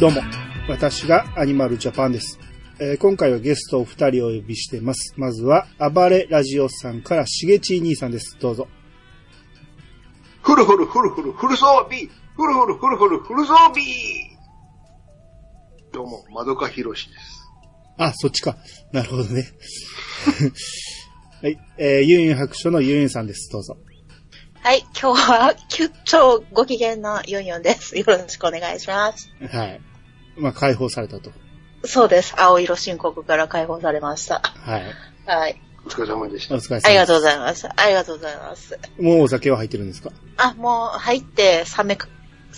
どうも、私がアニマルジャパンです。えー今回はゲストを二人お呼びしています。まずは、暴れラジオさんからしげちい兄さんです。どうぞ。フルフルフルフルフル装備フルフルフルフルフル装備どうも、まどかひろしです。あ、そっちか。なるほどね。 はい、えー、ユンユン白書のユンユンさんです。どうぞ。はい、今日は、きゅ超ご機嫌なユンユンです。よろしくお願いします。はい。まあ、解放されたと。そうです。青色申告から解放されました。はい。はい。お疲れ様でしおた。疲れ様です。ありがとうございます。ありがとうございます。もうお酒は入ってるんですかあ、もう入って、冷めか、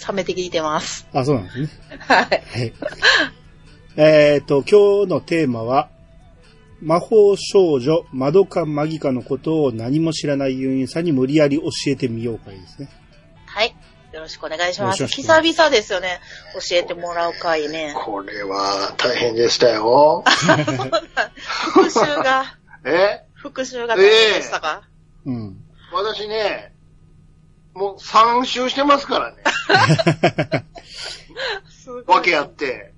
冷めて聞いてます。あ、そうなんですね。ははい。い。 えっと、今日のテーマは、魔法少女、マドカマギカのことを何も知らないユンユンさんに無理やり教えてみようかいですね。はい。よろしくお願いしまよす。ろしくお久願々ですよね。教えてもらう会ね。これは大変でしたよ。復習が、え復習が大変でしたか、うん。私ね、もう3周してますからね。すごいわけあって。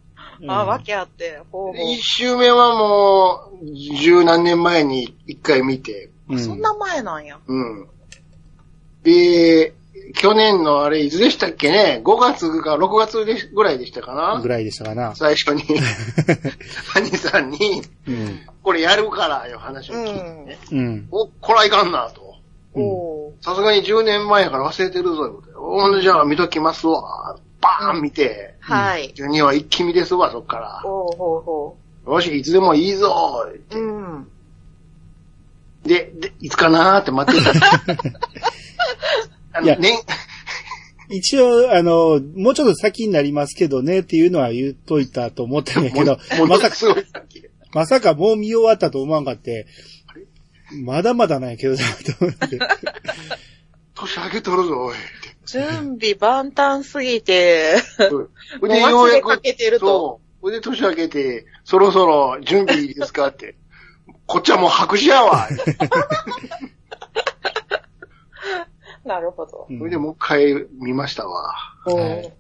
あ、わけあって、ほうほ1周目はもう、十何年前に1回見て。うう。そんな前なんや。うん。で、去年のあれ、いつでしたっけね ?5 月か6月でぐらいでしたかなぐらいでしたかな。最 初に、兄さんに、うん。これやるから、いう話をう聞いて、ん。うん。お、こらいかんな、と。うんおー。さすがに10年前やから忘れてるぞ、いうことでおほんでじゃあ見ときますわ。バーン見て、はい。 12は一気見ですわ、そっから。ほうほうほよし、いつでもいいぞ。う。うん。で、で、いつかなーって待ってた。 あいやの、ね、一応、あの、もうちょっと先になりますけどねっていうのは言っといたと思ったんやもけうど、、もうまさか、すごいさっき。まさかもう見終わったと思わんかって、まだまだなんやけどな、と思っ て。年明けとるぞ、おい。準備万端すぎて、ほいもう忘れかけてるとそう。ほいで年明けて、そろそろ準備いいですかって。こっちはもう白紙やわ。 なるほどう。んほいでもう一回見ましたわ。おはーい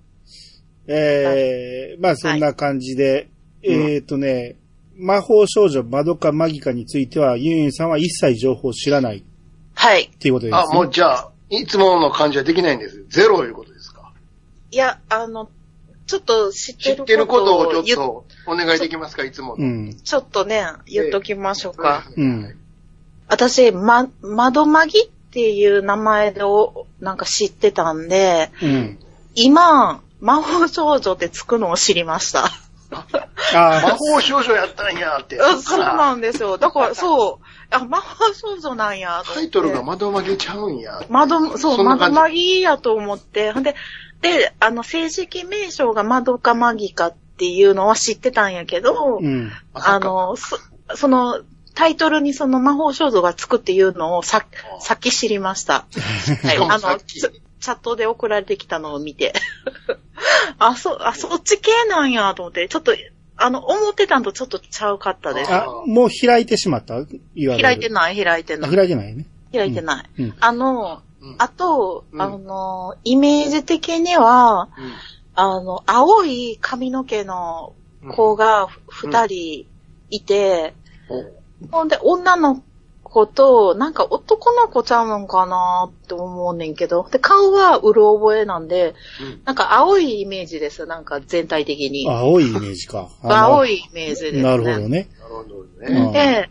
えー、まあそんな感じで、えっ、ー、とね、魔法少女マドカマギカについては、ユンユンさんは一切情報を知らないっはい。ていうことです、ね。あ、もうじゃあ、いつもの感じはできないんです。ゼロいうことですか。いや、あの、ちょっと知っ知てっるてることをち言っょっとお願いできますか、いつもうの。ん。ちょっとね、言っときましょうか。うん。私、ま、窓まぎっていう名前でお、なんか知ってたんで、うん。今、魔法少女ってつくのを知りました。魔あ法少女やったんやって。うん そうタなんですよ。だから、そう。あ、魔法少女なんやと思って。イトルが窓負けちゃうんや。窓、そそうんな窓感じマギやと思って。ほんで、で、あの、正式名称が窓かマギかっていうのは知ってたんやけど、あ。うん。あそっかあの、そその、タイトルにその魔法少女がつくっていうのをさあ、さっき知りました。はい。かもあさの、っきチャチャットで送られてきたのを見て。 あ、そ、あ、そっち系なんやと思って、ちょっと、あの、思ってたんとちょっとちゃうかったです。あ、もう開いてしまった言われ開いてない、開いてない。開いてないね。開いてない。うんうんあのうん、あと、うんあの、イメージ的には、あの、青い髪の毛の子が二人いて、ほんで、女の子と、なんか男の子ちゃうんかなって思うねんけど、で、顔はうる覚えなんで、うんなんか青いイメージです、なんか全体的に。青いイメージ か。青いいイメージですね。なるほどね。なるほどうんね。で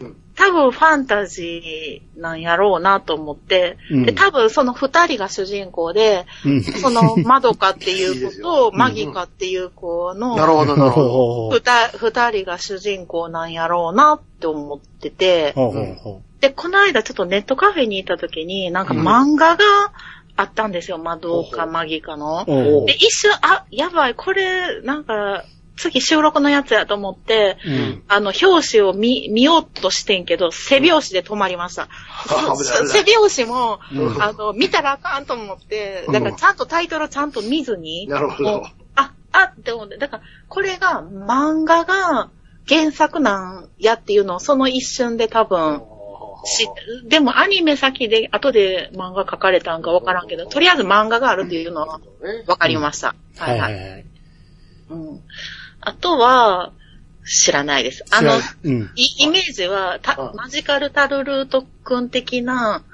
うん、多分ファンタジーなんやろうなと思って、うんで、多分その二人が主人公で、 うん。その、マドカっていう子と、うんマギカっていう子なるの、ほど、なるほど。ほうほうほう。二二人が主人公なんやろうなって思ってて、ほうほうほで、この間ちょっとネットカフェにいた時に、なんか漫画があったんですよ、マドカ、マギカのう。。おうで、一瞬、あ、やばい、これ、なんか、次収録のやつやと思って、うん。あの、表紙を見、見ようとしてんけど、背表紙で止まりました。あ危ない危な背い表紙も、うんあの、見たらあかんと思って、だからちゃんとタイトルちゃんと見ずに、なるほど。あ、あって思って、だから、これが、漫画が原作なんやっていうのを、その一瞬で多分、し、でもアニメ先で、後で漫画書かれたんかわからんけど、とりあえず漫画があるっていうのはねわかりました。はいはいはい。うん。あとは、知らないです。あ知らのない、うん。イイメージは、たうんマジカルタルルート君的な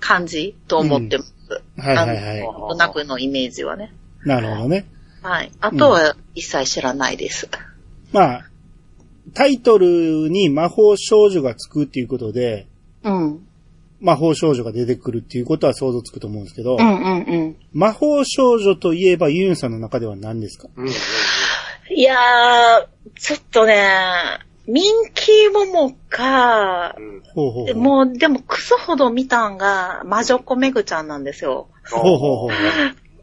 感じと思ってます。はいはいあはのなんとなくのイメージはね。い。なるほどね。はい。あとは一切知らないです。まあ、タイトルに魔法少女がつくっていうことで、うん。魔法少女が出てくるっていうことは想像つくと思うんですけど、うんうんうん。魔法少女といえばユンさんの中では何ですかうん。いやー、ちょっとね、ミンキーモモかう、ん。ほうほうほう。もう、でもクソほど見たんが、魔女っ子めぐちゃんなんですよ。ほうほうほ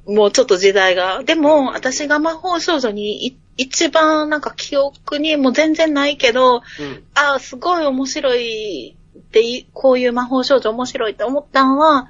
う。もうちょっと時代が。でも、私が魔法少女にい一番なんか記憶にもう全然ないけうど、ん。ああ、すごい面白いってい、こういう魔法少女面白いって思ったんは、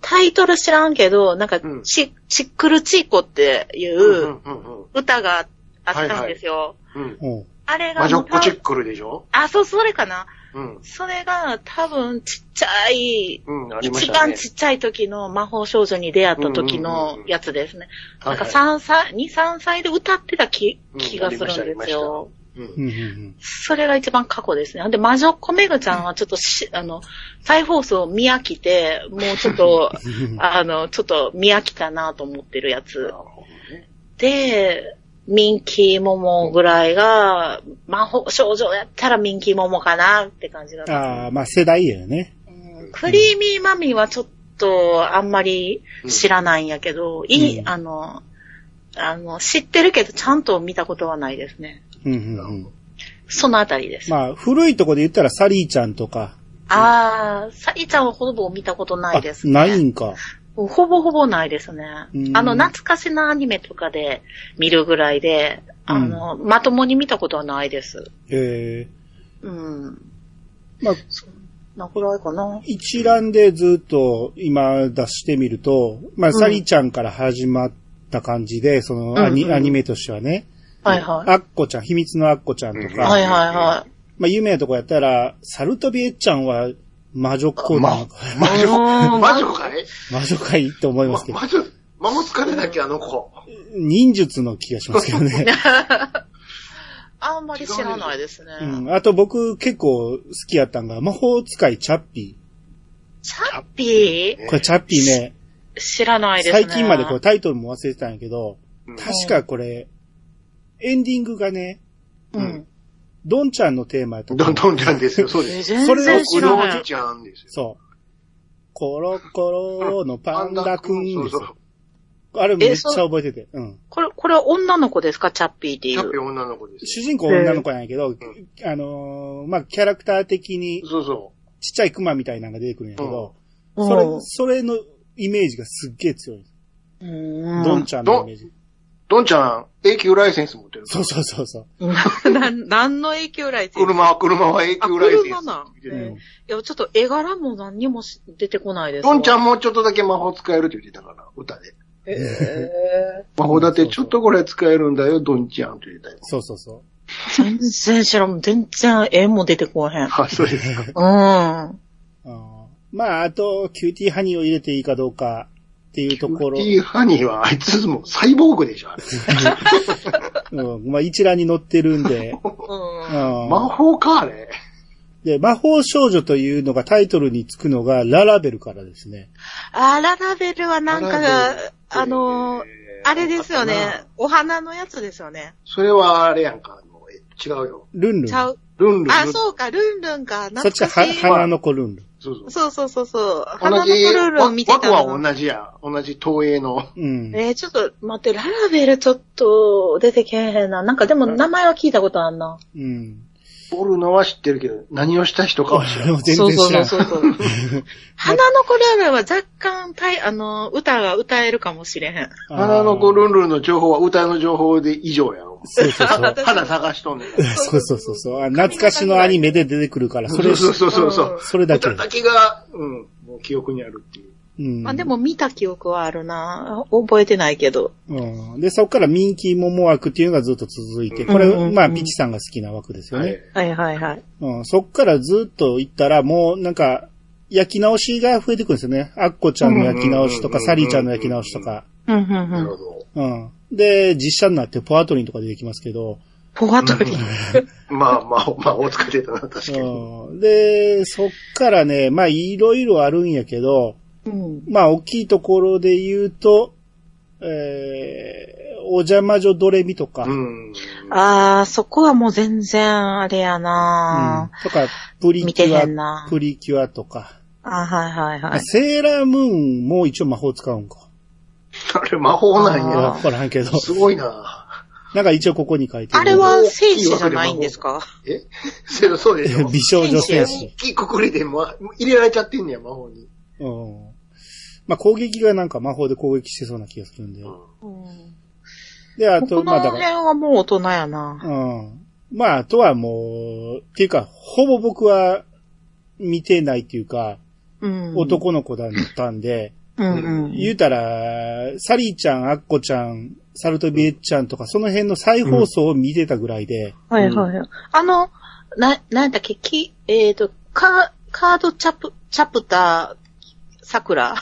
タイトル知らんけど、なんかうんチ、チックルチーコっていうん。う。うんうん。歌があったんですよ。うん。ほあれが、魔女っ子チックルでしょあ、そう、それかな。うん。それが多分ちっちゃい、うん、ありまし一たね。番ちっちゃい時の魔法少女に出会った時のやつですね。はないんはかい3歳、2、3歳で歌ってた気うん気がするんありまでしたすあよ。う。う。うんんうんそれが一番過去ですね。で、魔女っ子めぐちゃんはちょっとし、あの、再放送見飽きて、もうちょっと、うん。あの、ちょっと見飽きたなと思ってるやなつる。ほどねで、ミンキーモモぐらいが、魔法少女やったらミンキーモモかなって感じだった。ああ、まあ世代だよね。うんクリーミーマミーはちょっとあんまり知らないんやけど、いい、うんあの、あの、知ってるけどちゃんと見たことはないですね。うんうんうん。そのあたりです。まあ古いとこで言ったらサリーちゃんとか。あー、サリちゃんはほぼ見たことないです、ね。あないんか。ほぼほぼないですねう。んあの、懐かしなアニメとかで見るぐらいで、あの、まともに見たことはないです。ええうん。まあそんなぐらいかな。一覧でずっと今出してみると、まあ、んサリちゃんから始まった感じで、そのアニ,、うんうんうんアニメとしてはね、はいはい。アッコちゃん、秘密のアッコちゃんとか、あはいはいはまあ、有名なとこやったら、サルトビエッちゃんは魔女っ子なのか、魔女、うん魔女かい 魔女かいって思いまますけど、魔女、魔物かねだっけ、あの子。忍術の気がしますけどね。 い。あんまり知らないですね。うん、あと僕結構好きやったんが、魔法使いチャッピチャッピー。これチャッピーね、ー知らないですね。最近までこれタイトルも忘れてたんやけど、うん確かこれ、エンディングがね、うん。ドンちゃんのテーマやったとどん思うどんちゃんですよ、そうで全す。然知うらどなんい。ちゃんですよ。そう。コロコロのパンダくんですそようそう。あれめっちゃ覚えてて。うん。これ、これは女の子ですかチャッピーっていキャッうピ。ー女の子です主人公女の子なんやけど、あのーまあ、キャラクター的によ。そうそちっちゃいクマみたいなのが出てくるんやけど、うんそれう、んそれのイメージがすっげえ強い。うんドンちゃんのイメージ。う。どんちゃん、永久ライセンス持ってる。そうそうそうそう。な、何の影響来て車は、車は永久ライセンス。あ車なん出てるうんいや、ちょっと絵柄も何にもし出てこないです。どんちゃん。んもちょっとだけ魔法使えるって言ってたから、歌で。え魔法だってちょっとぐらい使えるんだよ、どんちゃんって言ってたよ。そうそうそ全然知らん。全然絵も出てこへん。あ、そうです か。うん。う。うんまあ、あと、キューティーハニーを入れていいかどうかっていうところテ。ィーハニーはあいつもサイボーグでしょ、あれうん、まあ、一覧に載ってるんで。うん。うん魔法か、あれ。で、魔法少女というのがタイトルにつくのがララベルからですね。あ、ララベルはなんララベルか、あの、あれですよね。。お花のやつですよね。それはあれやんか、あのえ違うよ。ルンルン。ちゃう。ルンルン。あ、う。そうか、ルンルンか。そっ懐ちはかはしい。花の子ルンルン。そうそう。そうそうそうそう。花同のじ子ルンルン見てた枠の。は同じや。同じ東映の。うん。えー、ちょっと待って、ララベルちょっと出てけえへんな。なんかでも名前は聞いたことあんな。うん。おるのは知ってるけど、何をした人かは知俺らない。も全然知らん。そうそうそうそう。 花の子ルンルンは若干、たいあの、歌が歌えるかもしれへん。あー花の子ルンルンの情報は歌の情報で以上やろ。そうそうそう。花探しとんねん。そうそうそうそう。あ懐かしのアニメで出てくるから、それ、そうそうそうそう。それだけ歌。だけが、うん、もう記憶にあるっていう。うん。まあでも見た記憶はあるな。覚えてないけど。うん。で、そこからミンキーモモ枠っていうのがずっと続いて、こうんうんれ、うんまあ、ピチさんが好きな枠ですよはいね。はいはいはい。うん。そこからずっと行ったら、もうなんか、焼き直しが増えてくるんですよね。アッコちゃんの焼き直しとうか、んうんうんうんサリーちゃんの焼き直しとか。うんうんなるうほん。ど。うん。で、実写になってポアトリンとか出てきますけど、ポアトリン。まあまあ、まあ、大塚出たな、確かに。うんで、そっからね、まあいろいろあるんやけど、うん。まあ大きいところで言うと、えー、お邪魔女ドレミとか、うん。あー、そこはもう全然、あれやなうんとか、プリ見キてュへアんなプリキュアとか、あはいはいはい。セーラームーンも一応魔法使うんか。あれ、魔法なんあや。わからんけど。 すごいな。なんか一応ここに書いてる。あれは戦士じゃないんですかえそれそうでし ょ美少女戦大士。きいくくりで、ま、入れられちゃってんねや、魔法に。うん。まあ攻撃がなんか魔法で攻撃してそうな気がするんで。うんで、あ、ことのまあだか辺ら、はもう大人やな。うん。まああとはもう、っていうか、ほぼ僕は見てないっていうか、うん。。男の子だったんで、うんうん。言うたら、サリーちゃん、アッコちゃん、サルトビエッちゃんとか、その辺の再放送を見てたぐらいで、はいはいはい。あの、な、なんだっけ、き、えっ、と、カ、カードチャプ、チャプター、桜。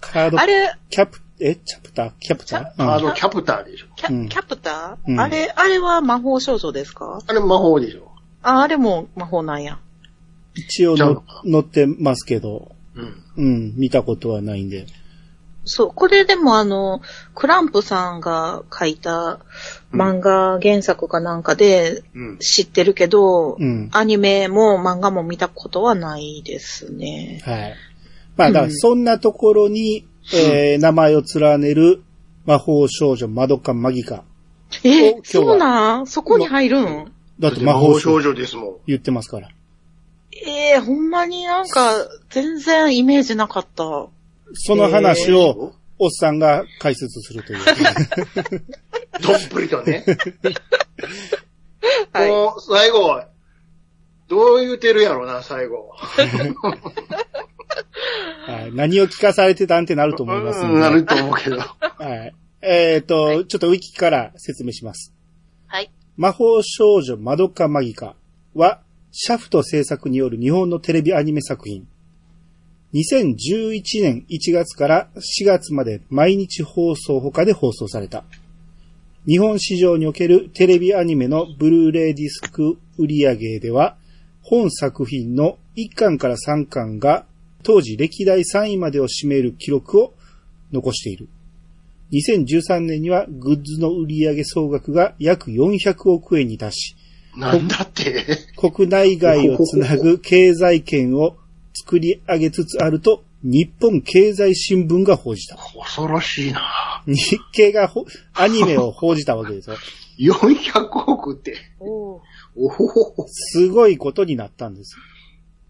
カードあ、れ、キャプ、え、チャプターキャプターあうんの、キャプターでしょ。キャ,、うんキャプター、うんあれ、あれは魔法少女ですかあれ、魔法でしょ。あ、あれも魔法なんや。一応ちゃうののか乗ってますけど、うん。うん、見たことはないんで。そう、これでもあの、クランプさんが書いた漫画原作かなんかでうん。知ってるけど、うん。アニメも漫画も見たことはないですね。はい。まあ、だから、そんなところに、えー、名前を連ねる魔法少女、マドカマギカ。今、え日はそうなんそこに入るんだって魔法少女女ですもん。言ってますから。ええほんまになんか、全然イメージなかった。その話を、おっさんが解説するという。 どっぷりとね。はい。もう、最後、どう言うてるやろな、最後。はい、何を聞かされてたんってなると思いますんで。うんなると思うけど。はい。えっ、と、ちょっとウィキから説明します。はい。魔法少女マドカマギカは、シャフト制作による日本のテレビアニメ作品。2011年1月から4月まで毎日放送他で放送された。日本市場におけるテレビアニメのブルーレイディスク売上では、本作品の1巻から3巻が当時歴代3位までを占める記録を残している。2013年にはグッズの売上総額が約400億円に達し、なんだって。国内外をつなぐ経済圏を作り上げつつあると、日本経済新聞が報じた。恐ろしいな。日経がほアニメを報じたわけですよ。 400億って。おおほほほ。すごいことになったんです。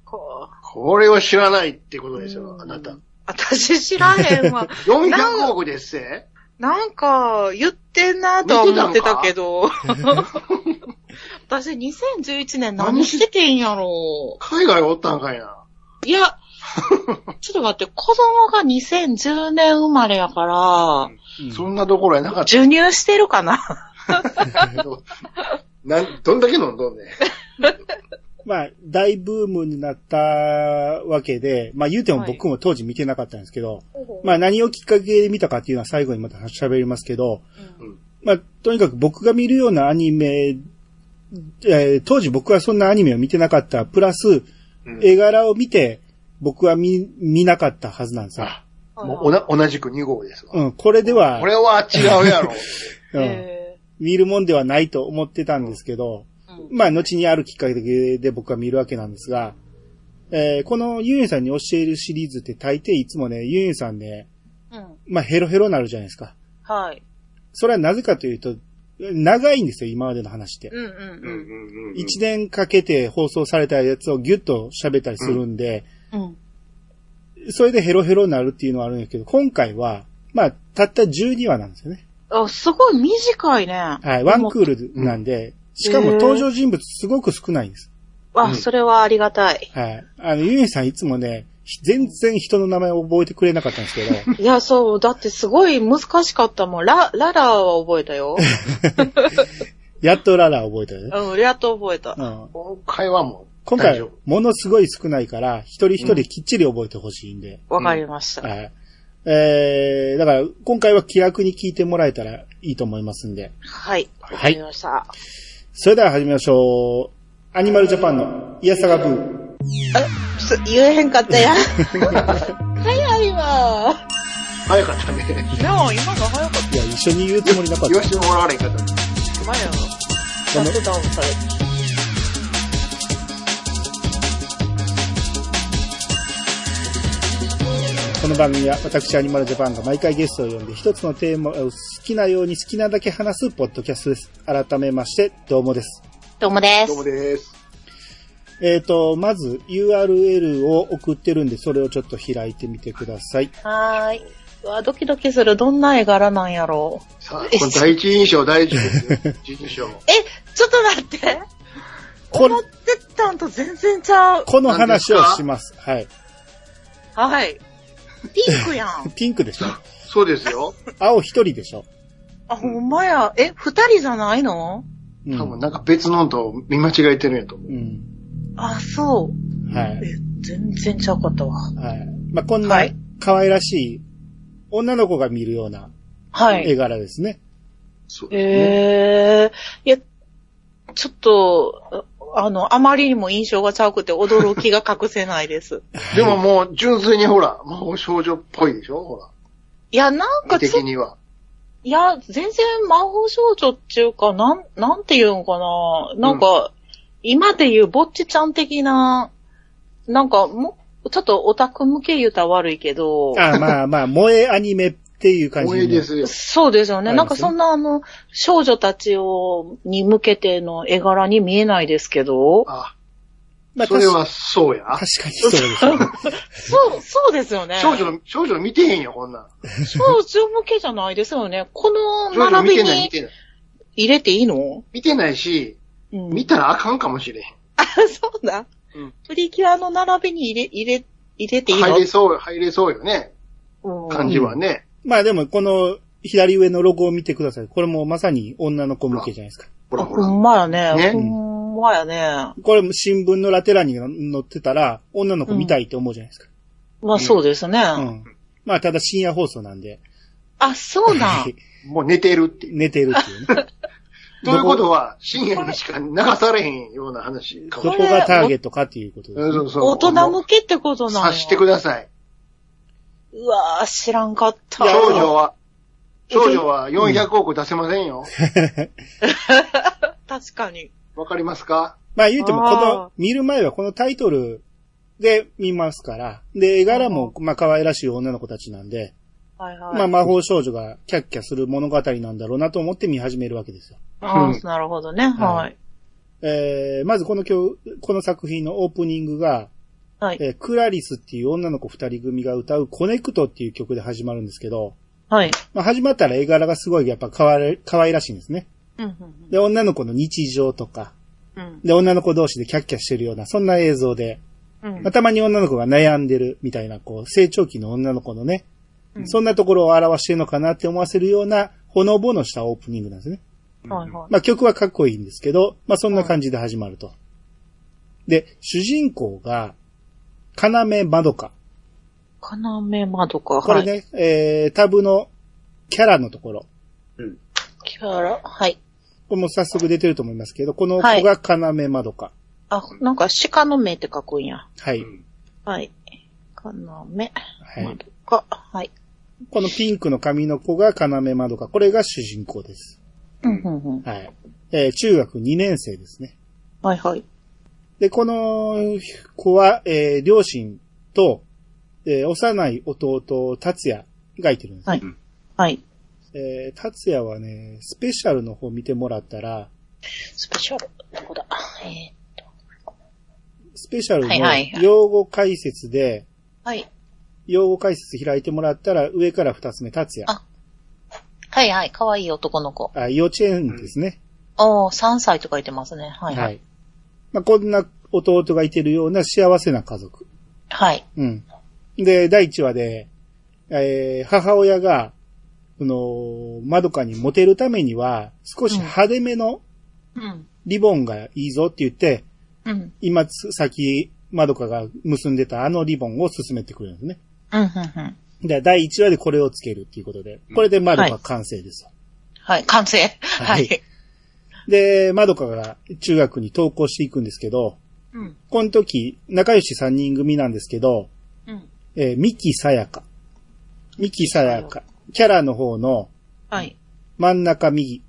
ここれを知らないってことでしょ、あなた。私知らへんわ。 400億ですってなんか、言ってんなとは思ってたけど。私2011年何しててんやろ海外おったんかいな。いや、ちょっと待って、子供が2010年生まれやか、そんなところやなからった授乳してるかなけど。なん、どんだけ飲んどんねん。まあ、大ブームになったわけで、まあ言うてもはい僕も当時見てなかったんですけど、まあ何をきっかけで見たかっていうのは最後にまた喋りますけど、まあとにかく僕が見るようなアニメ、えー当時僕はそんなアニメを見てなかった、プラスうん絵柄を見て僕は見、見なかったはずなんさ。あもうおな同じく2号ですわ。うん、これではこ、れは違うやろ。うん、え見るもんではないと思ってたんですけど、ーうんまあ、後にあるきっかけで僕は見るわけなんですが、えーこのユンユンさんに教えるシリーズって大抵いつもね、ユンユンさんね、うん。まあ、ヘロヘロになるじゃないですか。はい。それはなぜかというと、長いんですよ、今までの話って。うんうんうん。一年かけて放送されたやつをギュッと喋ったりするんで、うん。それでヘロヘロになるっていうのはあるんですけど、今回は、まあ、たった12話なんですよね。あ、すごい短いね。ははい、ワンクールなんで、しかも登場人物すごく少ないんです。うんあ、それはありがたい。 はい。あの、ゆうえさんいつもね、ひ全然人の名前を覚えてくれなかったんですけど、 いや、そう、だってすごい難しかったもん。ラ、ララは覚えた よ。やっとララ覚えたよね。うん、やっと覚えうた。ん。今回はもう、今大回丈夫、ものすごい少ないから、一人一人きっちり覚えてほしいんで、わかりました。はい。えー、だから、今回は気楽に聞いてもらえたらいいと思いますんで。はい。わいかりました。それでは始めましょう。アニマルジャパンのイヤサガブー。あ、す言えへんかっ たやん。早いわ。早かったね。でも今の早かっいや、一緒に言うつもりなかっ言わた。してもらわれへんかった。た。前よ。やってたもん、それ。この番組は私アニマルジャパンが毎回ゲストを呼んで一つのテーマを好きなように好きなだけ話すポッドキャストです。改めまして、どうもです。どうもでどうもす。です。えーと、まず URL を送ってるんで、それをちょっと開いてみてください。はーい。うわ、ドキドキする。どんな絵柄なんやろう。さあ、これ第一印象、 第一ですよ。第一印象。え、ちょっと待って。これ思ってたんと全然ちゃう。この話をします。はい。。はい。ピンクやんピンクでしょそうですよ。青一人でしょ あ、ほんまや。え、二人じゃないのうん多分なんか別のんと見間違えてるんやと思う。うん。あ、そう。はい。え、全然ちゃうかったわ。はい。まあ、こんはない可愛らしい女の子が見るようなは絵い。柄ですね。そうですね。えー、いや、ちょっと、あの、あまりにも印象がちゃうくて驚きが隠せない です。でももう純粋にほら、魔法少女っぽいでしょほいや、なんら。か的ちょっと、には。いや、全然魔法少女っていうか、なん、なんていうんかな。なんか、今で言うぼっちちゃん的な、なんか、も、ちょっとオタク向け言うたら悪いけど、あまあまあ、萌えアニメっていう感じ多いですよ。そうですよあね。りなますんかそんなあの、少女たちを、に向けての絵柄に見えないですけど、あ、まあ、それ確かはそうや。確かにそうですよね。そう、そうですよね。少女の、少女の見てへんよ、こんなん。少女向けじゃないですよね。この少女見並びてない、見にてない。入れていいの見てないし、うん見たらあかんかもしれへん。あ、そうだ。うんプリキュアの並びに入れ、入れ、入れていいの入れそう、入れそうよね。うん感じはね。まあでも、この左上のロゴを見てください。これもまさに女の子向けじゃないですか。ほらほほら。んまやね。ねほんまやね。これも新聞のラテラに載ってたら、女の子見たいって思うじゃないですまあそうですね。か。うん。まあ、ただ深夜放送なんで、。あ、そうなんもう寝てるってい う。寝てるっていうね。ということは、深夜にしか流されへんような話かどもこしがターゲットかっていうことれでなすい。ね そうそう。大人向けってことなんや察してください。うわぁ、知らんかった。少女は、うん少女は400億出せませんよ。確かに。わかりますかまあ言うても、こあーの、見る前はこのタイトルで見ますから、で、絵柄も、まあ可愛らしい女の子たちなんで、はいはい。まあ魔法少女がキャッキャする物語なんだろうなと思って見始めるわけですよ。あうんーなるほどね。はい。えー、まずこの今日、この作品のオープニングが、はい。えークラリスっていう女の子二人組が歌うコネクトっていう曲で始まるんですけど、はい。まあ始まったら絵柄がすごいやっぱ可愛い可愛らしいんですね。うんうんで、女の子の日常とか、うん。で、女の子同士でキャッキャしてるような、そんな映像で、うんうんまあ、たまに女の子が悩んでるみたいな、こう、成長期の女の子のね、うんそんなところを表してるのかなって思わせるような、ほのぼのしたオープニングなんですね。はいはい。まあ、曲はかっこいいんですけど、まあ、そんな感じで始まると。で、主人公が、金目まどか。金目窓か。これはい。ね、えー、タブのキャラのところ。キャラはい。これも早速出てると思いますけど、このは子いが金目まどか。あ、なんか鹿の目って書くんや。はうい。んはい。金目はい。窓か。はい。このピンクの髪の子が金目まどか。これが主人公です。うんうんうん。はい。えー、中学2年生ですね。はいはい。で、この子は、えー両親と、えー幼い弟、達也がいてるんです。はい。はい。えー達也はね、スペシャルの方見てもらったら、スペシャル。どこだえー、スペシャルのはいはい用語解説で、はい。用語解説開いてもらったら、上から二つ目、達也。あはいはい。かわいい男の子。あ、幼稚園ですね。おー、3歳と書いてますね。はいははい。い。まあ、こんな弟がいてるような幸せな家族。はい。うん。で、第1話で、えー母親が、その、まどかにモテるためには、少し派手めのうん。リボンがいいぞって言って、うん。今つ、先、まどかが結んでたあのリボンを勧めてくれるんですね。うん、うん、うん。で、第1話でこれをつけるっていうことで、これでマドカ完成ですよ。はい、完成。はいい。で、マドカが中学に登校していくんですけど、うん。この時、仲良し3人組なんですけど、うん。えー、ミキさやか。ミキさやか。キャラの方のはい。真ん中右。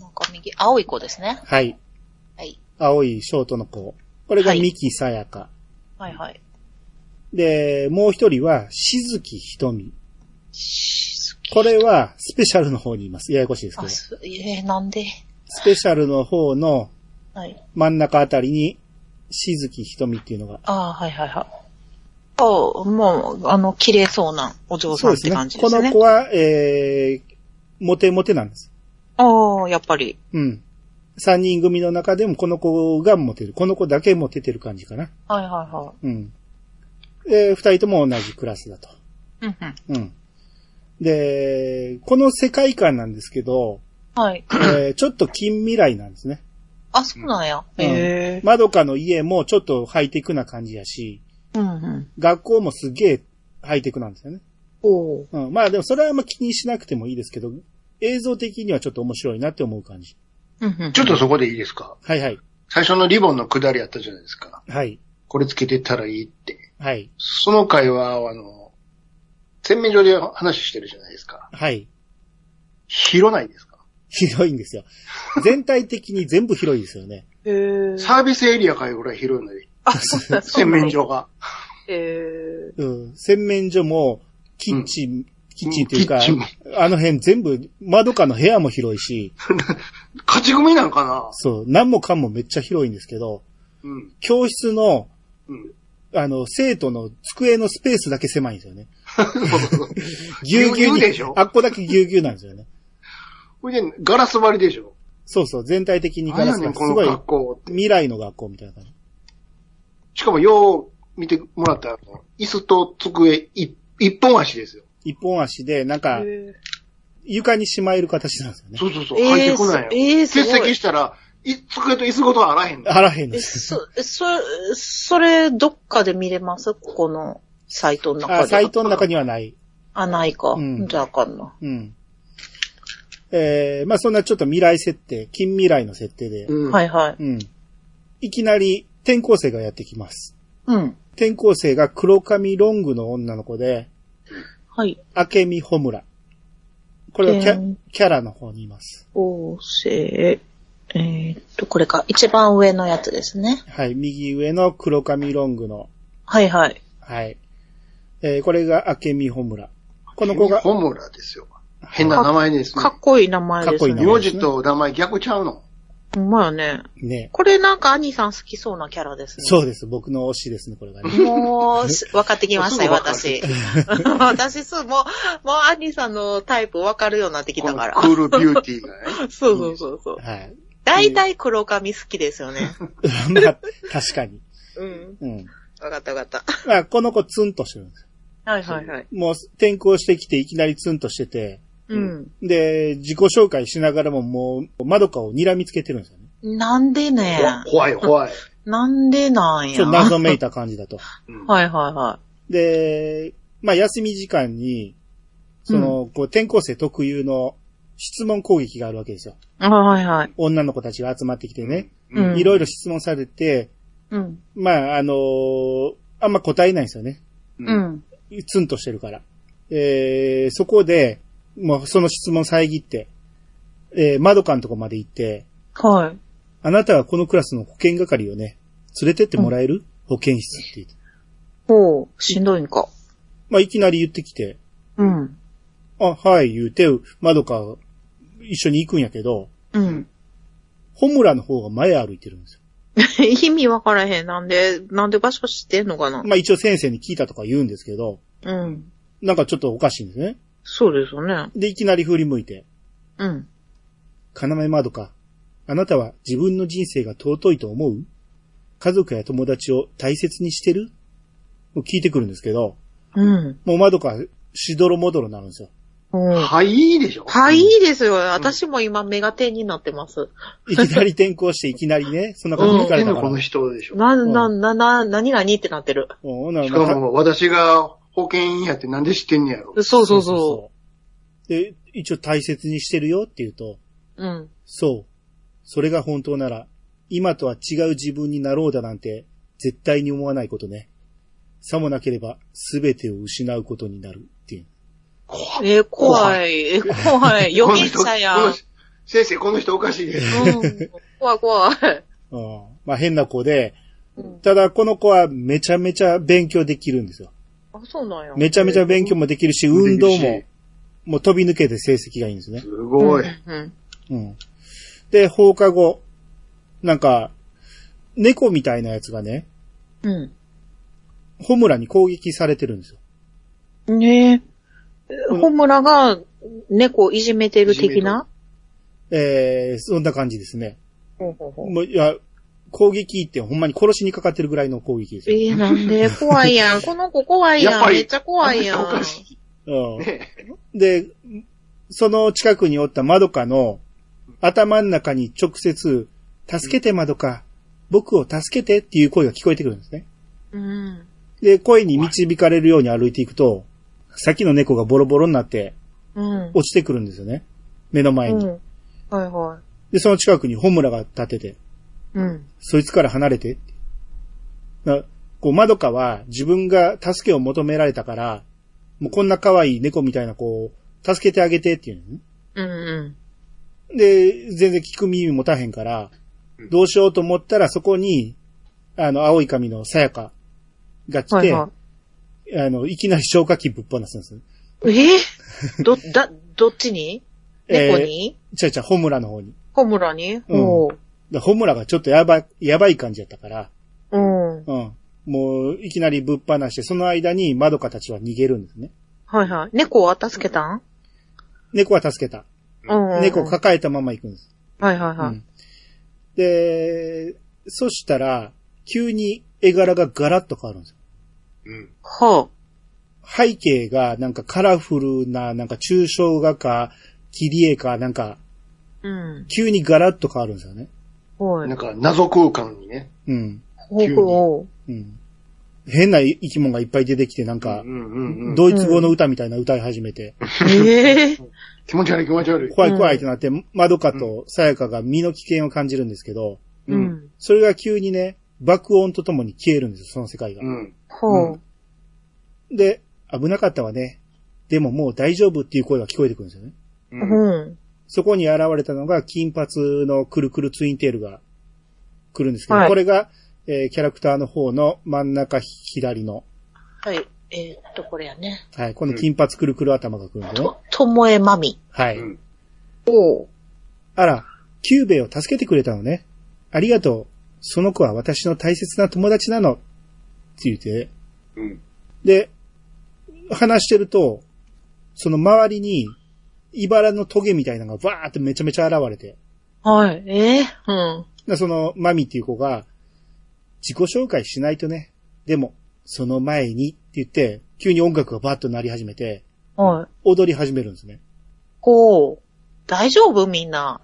なんか右、青い子ですね。はい。はい。青いショートの子。これがはいミキさやか。はいはい。で、もう一人は、しずきひとみ。しこれは、スペシャルの方にいます。ややこしいですけあ、ど。す、えー、なんでスペシャルの方のはい。真ん中あたりに、しずきひとみっていうのが。ああ、はいはいはい。ああ、もう、あの、綺麗そうなお嬢さんって感じでこすね。の子は、えー、モテモテなんです。ああ、やっぱり。うん。三人組の中でもこの子がモテる。この子だけモテてる感じかな。はいはいはうん。えー、二人とも同じクラスだと。い。うんうん。うん。で、この世界観なんですけど、はい。えーちょっと近未来なんですね。あ、そうなんや。うんへえ。まどかの家もちょっとハイテクな感じやし、うんうん。学校もすげえハイテクなんですよね。おーうん。まあでもそれはあんま気にしなくてもいいですけど、映像的にはちょっと面白いなって思う感じ。うんうん。ちょっとそこでいいですかはいはい。最初のリボンの下りあったじゃないですか。はい。これつけてたらいいって。はい。その会話、あの、洗面所で話してるじゃないですか。はい。広ないですか広いんですよ。全体的に全部広いですよね。へえ。サービスエリアかよぐらい広いのに、あ、そうなんそう洗なん面所が。へえ。うん。洗面所も、キッチン、キッチンというかキッチンも、あの辺全部、窓かの部屋も広いし、勝ち組なんかなそう、何もかもめっちゃ広いんですけど、うん。 教室の、うん。あの、生徒の机のスペースだけ狭いんですよね。ぎゅうぎゅうぎゅうぎゅうにでしょ、あっこだけぎゅうぎゅうなんですよね。 これでガラス張りでしょ。そうそう、全体的にガラスがなんやねんすこのごい学校。未来の学校みたいな感じ。しかもよう見てもらったら、あの椅子と机い一本足ですよ。一本足で、なんか、へ床にしまえる形なんですよね。そうそうそう。えー入ってこないよ。えーす欠ごい席したら、い机と椅子ごとあらへんの。あらへんえ。です。そ、そ、それ、どっかで見れますここのサイトの中あ、で。サイトの中にはない。あ、ないか。うんじゃああかんな。うん。えー、まあそんなちょっと未来設定、近未来の設定で、うんはいはい。うん。いきなり転校生がやってきます。うん。転校生が黒髪ロングの女の子で、はい。明美穂村。これはキャ,、えーキャラの方にいます。構成、えーっと、これか。一番上のやつですね。はい。右上の黒髪ロングの、はいはい。はい。えー、これが明美穂村。この子が、ホムラですよ。変な名前ですねか。っこいい名前ですね。かっこいい名前名字と名前逆ちゃうの。ほんまやね。ね、これなんか兄さん好きそうなキャラですね。そうです。僕の推しですね、これがね。もう、し分かってきました よ、すぐ分かる私。私、す、もう、もう、アンリさんのタイプ分かるようになってきこたのからク。ールビューティーがね。 そうそうそうそう。はい。 大体黒髪好きですよね。まあ、確かに。うん。うん。分かった分かっまあ、この子ツンとしてるんです。た。はいはいはい。もう転校してきていきなりツンとしてて、うん。で、自己紹介しながらももう、まどかを睨みつけてるんですよね。なんでね。怖い怖い。なんでなんちょや。っと謎めいた感じだと。うん はいはいはで、まあ、休み時間に、その、こう、転校生特有の質問攻撃があるわけですよ。い。あはいはい。女の子たちが集まってきてね、うんいろいろ質問されて、うん。まあ、あのーあんま答えないんですよね。ううんん。ツンとしてるから。えー、そこで、もうその質問遮って、えー、窓かんとこまで行って、はい。あなたはこのクラスの保健係をね、連れてってもらえる、保健室って言って。ほう、しんどいんか。まあ、いきなり言ってきて、うん。あ、はい、言うて、窓か、一緒に行くんやけど、うん。ホムラの方が前歩いてるんですよ。 意味分からへん。なんで、なんで場所知ってんのかな。まあ、一応先生に聞いたとか言うんですけど、うん。なんかちょっとおかしいんですね。そうですよね。で、いきなり振り向いて、うん。金目窓か、あなたは自分の人生が尊いと思う家族や友達を大切にしてるを聞いてくるんですけど、うん。もう窓か、しどろもどろになるんですよ。ははい、いいでしょ。い、いいですよ。私も今、メガテンになってます。いきなり転校して、いきなり ね、そんなこと何聞言っかれてんたのかこらの。人でしょ。な、な、な、な、何々ってなってる。うんほんなら。しかも、私が保険やってなんで知ってんねやろ。そうそうそうで、一応大切にしてるよって言うと、う。うん。そう。それが本当なら、今とは違う自分になろうだなんて、絶対に思わないことね。さもなければ、すべてを失うことになるっていう。怖えー、怖い。えー、怖い。予言者やん。こうの人この人先生、この人おかしいです。ん。怖い怖い。うん。まあ変な子で、うんただこの子はめちゃめちゃ勉強できるんですよ。あ、そうなんや。めちゃめちゃ勉強もできるし、運動も、もう飛び抜けて成績がいいんですねす。ごい。うんうん。うん。で、放課後、なんか、猫みたいなやつがね、うん。ホムラに攻撃されてるんですよ。ねえ。うんホムラが猫をいじめてる的なえー、そんな感じですね。ほうほうほうもういや、攻撃ってほんまに殺しにかかってるぐらいの攻撃ですよ。えー、なんで怖いやん。この子怖いやっやん。ぱりめっちゃ怖いやこ。んの人おかしい。うんねで、その近くにおった窓かの頭の中に直接、助けて窓か、僕を助けてっていう声が聞こえてくるんですね。うん。で、声に導かれるように歩いていくと、さっきの猫がボロボロになってうん。落ちてくるんですよね。目の前うに。ん。はいはで、その近くにホムラが立ってて、い。うん。そいつから離れてって。なこう、まどかは自分が助けを求められたから、もうこんな可愛い猫みたいな子を助けてあげてっていうのね。うんうん。で、全然聞く耳持たへんから、どうしようと思ったらそこに、あの、青い髪のさやかが来はいて、はあの、いきなり消火器ぶっ放すんですよ。い。えーど、だ、どっちに猫にちゃちゃ、ホムラの方に。ホムラにうんほでホムラがちょっとやばい、やばい感じやったから、う。うん。うん。もう、いきなりぶっ放して、その間にまどかたちは逃げるんですね。はいはい。猫は助けたん猫は助けた。うんうん。猫をか抱えたまま行くんです。はいはいはういん。で、そしたら、急に絵柄がガラッと変わるんですよ。うん。は背景がなんかカラフルな、なんか抽象画か、切り絵か、なんか、あ。うん。急にガラッと変わるんですよね。はないん。か謎空間にね。うん。ほうほう。うん。変な生き物がいっぱい出てきて、なんかう、んうんうん。ドイツ語の歌みたいな歌い始めて、ええー。気持ち悪い気持ち悪い。怖い怖いってなって、まどかとさやかが身の危険を感じるんですけど、ううん。ん。それが急にね、爆音とともに消えるんですよ、その世界がう。ん。ほうう。で、危なかったわね。でももう大丈夫っていう声が聞こえてくるんですよね。うん。うん。そこに現れたのが金髪のくるくるツインテールが来るんですけど、はいこれが、えーキャラクターの方の真ん中左の、はい。えーっと、これやね。はい、この金髪くるくる頭が来るんですね。と、ともえまみ。はい。うんおう。あら、キューベイを助けてくれたのね。ありがとう。その子は私の大切な友達なの。って言って、うん。で、話してると、その周りに、茨のトゲみたいなのがわーってめちゃめちゃ現れて、はい。えー、でそのマミっていう子が、自己紹介しないとね。でも、その前にって言って、急に音楽がバーッと鳴り始めて、うん。はい。踊り始めるんですね。こう。大丈夫みんな。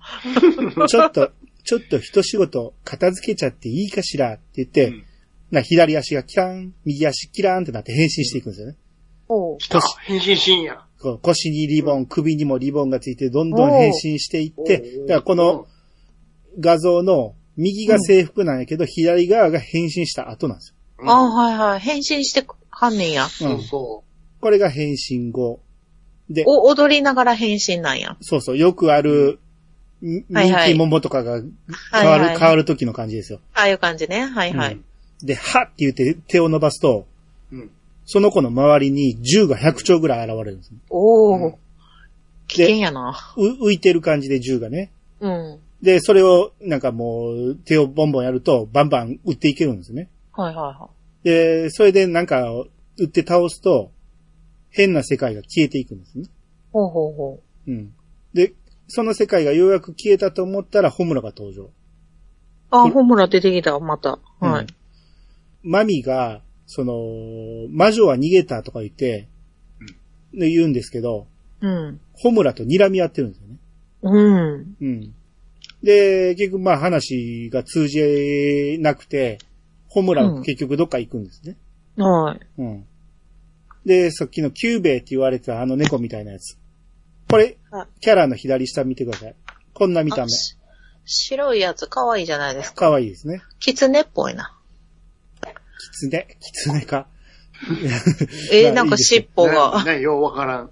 ちょっ と、ちょっと一仕事片付けちゃっていいかしらって言って、うんな左足がキラーン、右足キラーンってなって変身していくんですよね。おう。来た変身シーンや。こう腰にリボン、首にもリボンがついて、どんどん変身していって、だからこの、画像の右が制服なんやけど、左側が変身した後なんですうんあ、はいはい。変身してはんねんや。よ。そうそこれが変身後。で、お、踊りながら変身なんや。そうそう、よくある、人はいはい気桃とかがはい変わる、はい。変わる。る時の感じですよ。ああいう感じね。はいはい。で、はって言って手を伸ばすと、う。うん。その子の周りに銃が100丁ぐらい現れるんですね。おうう。危険やな。う浮いてる感じで銃がね。うん。で、それをなんかもう手をボンボンやるとバンバン撃っていけるんですね。はいはいはで、それでなんか撃って倒すと、変な世界が消えていくんですね。い。ほうほうほうん。で、その世界がようやく消えたと思ったらホムラが登場。う。あ、これホムラ出てきた、また。はうんい。マミが、その、魔女は逃げたとか言って、で言うんですけど、うん。ホムラと睨み合ってるんですよね。うん。うん。で、結局まあ話が通じなくて、ホムラは結局どっか行くんですね。はい。うん。で、さっきのキューベイって言われてたあの猫みたいなやつ。これあ、キャラの左下見てください。こんな見た目あ。し白いやつ可愛いじゃないですか。かわいいですね。キツネっぽいな。キツネ、キツネか。えー、まなあいんいでかすよ尻尾なが。なようわからん。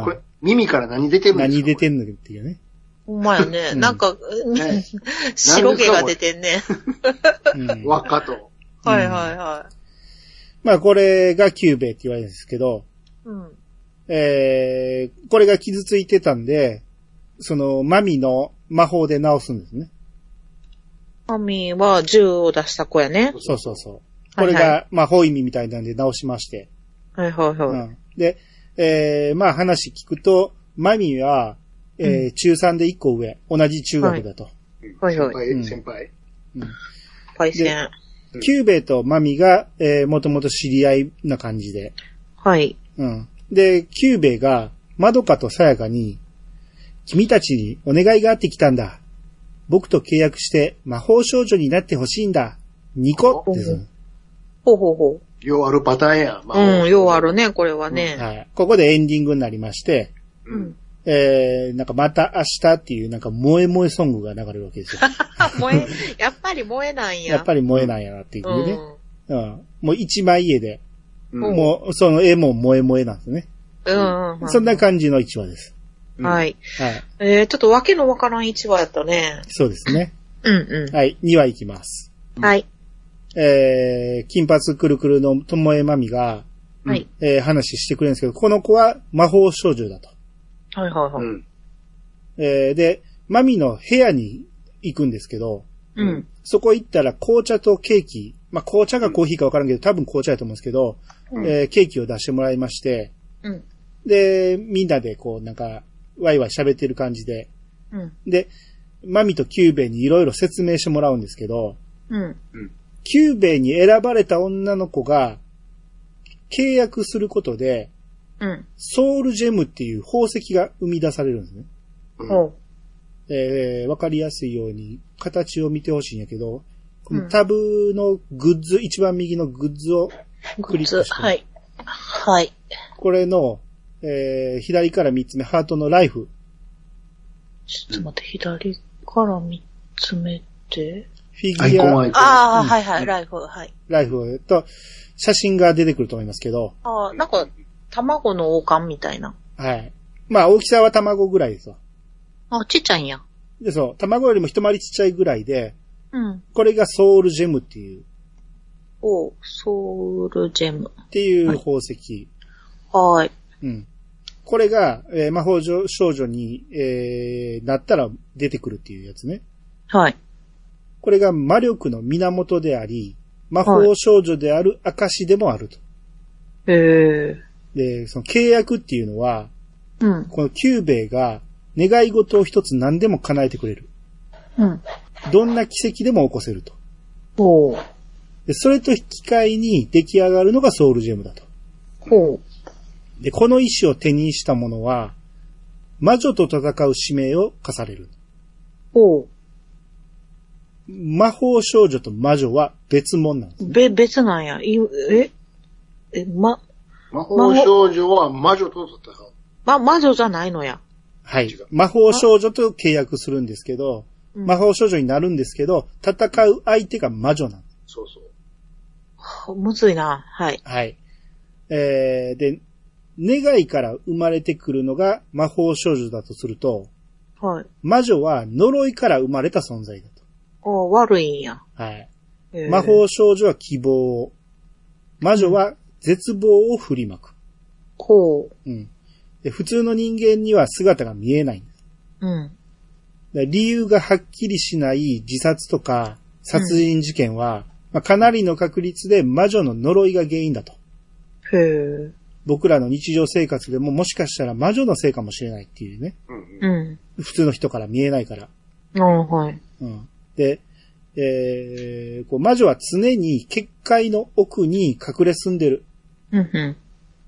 うこれん。、耳から何出てるんですか何出てんのっていう ね。ほんまやね。うんなん か、 ね白毛が出てんね。うん輪っかと。はいはいはい。まあこれがキューベイって言われるんですけど、うん。えー、これが傷ついてたんで、その、マミの魔法で治すんですね。マミーは銃を出した子やね。そうそうそう。こはいはれいが、まあ、ホイミみたいなんで直しまして。はいはいうはい。ん。で、えー、まあ話聞くと、マミは、えーう中3で1個上、同じ中学だと。はいは先い輩、うん先輩。パイセン。うんキューベイとマミが、えー、もともと知り合いな感じで。はい。うん。で、キューベイが、マドカとサヤカに、君たちにお願いがあってきたんだ。僕と契約して魔法少女になってほしいんだ。ニコって言うんですほうほうほようあるパターンや。まう。うん、ようあるね、これはね。はい。ここでエンディングになりまして、うん。 えー、なんかまた明日っていうなんか萌え萌えソングが流れるわけですよ。あ、燃え、やっぱり燃えないんや。やっぱり萌えなんやなっていうね。うん。もう一枚家で、うんもうその絵も萌え萌えなんですね。うん。うんうんうん。そんな感じの一話です。うんはい。はい。えー、ちょっとわけのわからん一話やったね。そうですね。うんうはい。二話いきます。ん。はい。えー、金髪くるくるのともえまみが、はい。えー、話してくれるんですけど、この子は魔法少女だと。はいはいはうい。ん。えー、で、まみの部屋に行くんですけど、うん。そこ行ったら紅茶とケーキ、まあ、紅茶かコーヒーかわからんけど、多分紅茶やと思うんですけど、うんえーケーキを出してもらいまして、うん。で、みんなでこう、なんか、ワイワイ喋ってる感じで、うん。で、マミとキューベイにいろいろ説明してもらうんですけど、うん。キューベイに選ばれた女の子が、契約することで、うん。ソウルジェムっていう宝石が生み出されるんですね。ほう。えーわかりやすいように、形を見てほしいんやけど、こうのんタブのグッズ、一番右のグッズをクリックして、はい。はい。これの、えー左から3つ目、ハートのライフ。ちょっと待って、左から三つ目って。フィアギイコンュアアイ、コン。ああ、はいはい、ライフ、はい。ライフと、写真が出てくると思いますけど、ああ、なんか、卵の王冠みたいな。はい。まあ、大きさは卵ぐらいですわ。あ、ちっちゃいんや。で、そう、卵よりも一回りちっちゃいぐらいで、うん。これがソウルジェムっていう、おうソウルジェム。っていう宝石。はい。うん。これが、えー魔法少女に、えーなったら出てくるっていうやつね。はい。これが魔力の源であり、魔法少女である証でもあると。ええで、その契約っていうのは、うん。このキューベイが願い事を一つ何でも叶えてくれる。うん。どんな奇跡でも起こせると。ほう。で、それと引き換えに出来上がるのがソウルジェムだと。ほう。で、この意志を手にした者は、魔女と戦う使命を課される。ほ魔法少女と魔女は別物なんです。う。べ、別なんや。いええ、ま、魔法少女は魔女と戦う。ま、魔女じゃないのや。はい違う。魔法少女と契約するんですけど、うん魔法少女になるんですけど、戦う相手が魔女なんです。そうそう。むずいな。はい。はい。えー、で、願いから生まれてくるのが魔法少女だとすると、はい。魔女は呪いから生まれた存在だああ、悪いんや。と。はい。えー魔法少女は希望を、魔女は絶望を振りまく。ほうん。で普通の人間には姿が見えない。う。うん。で理由がはっきりしない自殺とか殺人事件は、まあ、かなりの確率で魔女の呪いが原因だと。へえ。僕らの日常生活でももしかしたら魔女のせいかもしれないっていうね。うんうん。うん。普通の人から見えないから。ああ、はい。うん、で、えーこう魔女は常に結界の奥に隠れ住んでる。うんうん。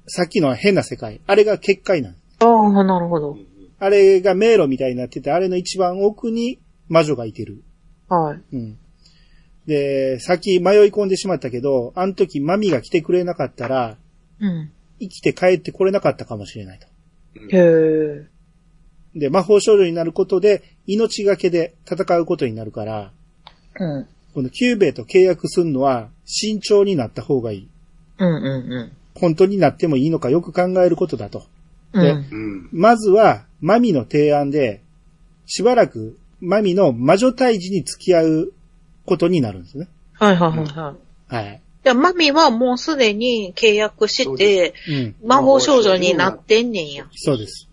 さっきの変な世界。あれが結界なんああ、なるほど。あれが迷路みたいになってて、あれの一番奥に魔女がいてる。はい。うん。で、さっき迷い込んでしまったけど、あの時マミが来てくれなかったら、うん。生きて帰ってこれなかったかもしれないと。へえ。で、魔法少女になることで、命がけで戦うことになるから、うん。このキューベイと契約するのは慎重になった方がいい。うんうんうん。本当になってもいいのかよく考えることだと。うでんうん。まずは、マミの提案で、しばらくマミの魔女退治に付き合うことになるんですね。はいはいはいはい。はい。いや、マミはもうすでに契約そうしてで、うん。魔法少女になってんねんや。そうです。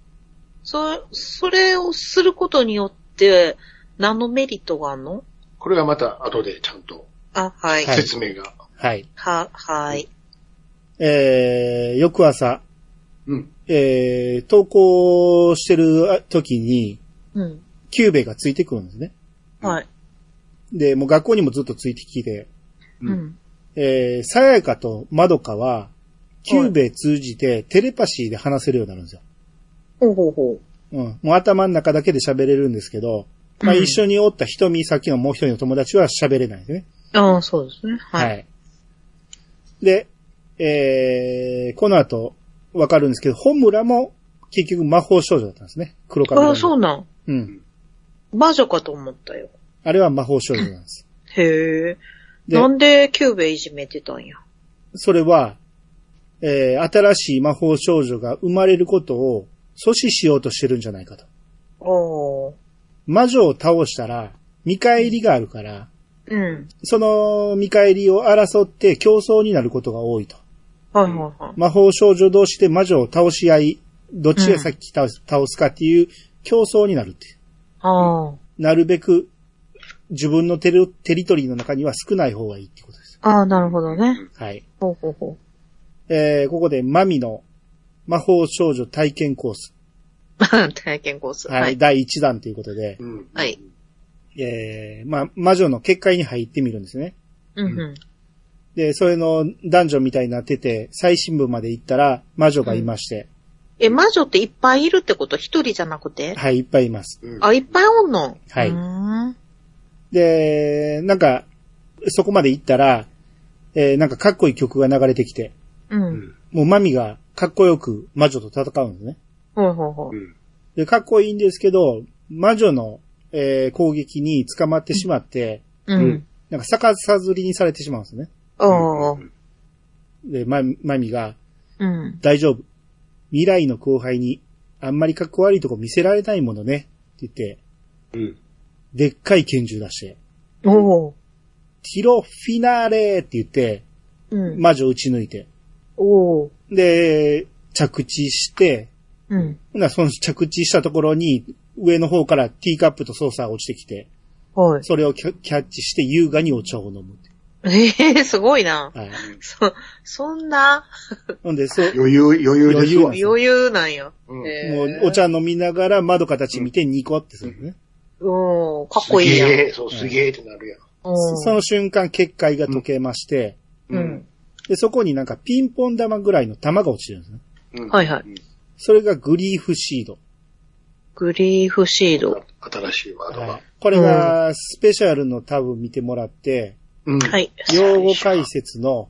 そ、それをすることによって、何のメリットがあんのこれはまた後でちゃんとあ、はい。はい説明が。はい。は、はい。えー、翌朝、うん。えー、投稿してる時に、うん。キューベイがついてくるんですね。はい。で、もう学校にもずっとついてきて、うんうん。えー、さやかとまどかは、キューベイ通じてテレパシーで話せるようになるんですよ。ほうほうほうん。もう頭の中だけで喋れるんですけど、まあうん一緒におった瞳、さっきのもう一人の友達は喋れないですね。う。ああ、そうですね。はい。で、えー、この後わかるんですけど、ホムラも結局魔法少女だったんですね。黒髪あの。あ、そうなん。うん。魔女かと思ったよ。あれは魔法少女なんです。へえ。でなんでキューベいじめてたんや。それは、えー、新しい魔法少女が生まれることを阻止しようとしてるんじゃないかと。ああ。魔女を倒したら、見返りがあるから、うん。その見返りを争って競争になることが多いと。はいはいはい。魔法少女同士で魔女を倒し合い、どっちが先倒す,、倒すかっていう競争になるって。ああ。なるべく自分のテリテリトリーの中には少ない方がいいってことです。ああ、なるほどね。はい。ほうほうほ えー、ここでマミの魔法少女体験コース。う。体験コース。はい。はい。第1弾ということで、うん。はい。えー、まあ、魔女の結界に入ってみるんですね。うんうん。で、それのダンジョンみたいになってて、最新部まで行ったら魔女がいまして、え、魔女っていっぱいいるってこと一人じゃなくてはい、いっぱいいます。うん。あ、いっぱいおんのはいうーん。で、なんか、そこまで行ったら、えーなんかかっこいい曲が流れてきて、うん。もうマミがかっこよく魔女と戦うんですね。ほうほうほうう。ん。で、かっこいいんですけど、魔女の、えー攻撃に捕まってしまって、ううんん。なんか逆さずりにされてしまうんですね。ああ。で、マミマミが、うん。大丈夫。未来の後輩に、あんまりかっこ悪いとこ見せられないものね。って言って、うん。でっかい拳銃出して、おお。ティロフィナーレーって言って、うん。魔女撃ち抜いて。おお。で、着地して、うん。ほな、その着地したところに、上の方からティーカップとソーサー落ちてきて、はい。それをキャキャッチして優雅にお茶を飲むって。ええ、すごいな。はい。そ、そんなほんで、 そう、余裕、余裕ですわ。余余裕なんや。うんえもえうお茶飲みながら窓たち見てニコってするね。うん、かっすこいいやん。げえ、そう、すげえってなるやん。うんその瞬間結界が溶けまして、うん。で、そこになんかピンポン玉ぐらいの玉が落ちてるんですね。うん。はいはいうん。それがグリーフシード。グリーフシード。新しいワードはがい。これがスペシャルの多分見てもらって、うん。。はいい。用語解説の、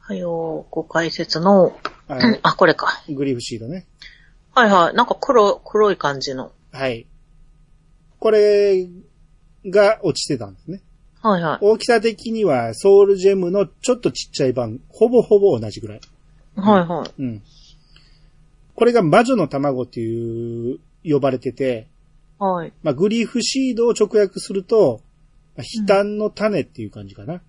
はいよ、ご解説の、あうんの、あ、これか。グリーフシードね。はいはい。なんか黒、黒い感じの。はい。これが落ちてたんですね。はいはい。大きさ的にはソウルジェムのちょっとちっちゃい版、ほぼほぼ同じぐらい。はいはい。うん。これが魔女の卵っていう、呼ばれてて、はい。まあ、グリーフシードを直訳すると、まあ悲嘆の種っていう感じかな。へ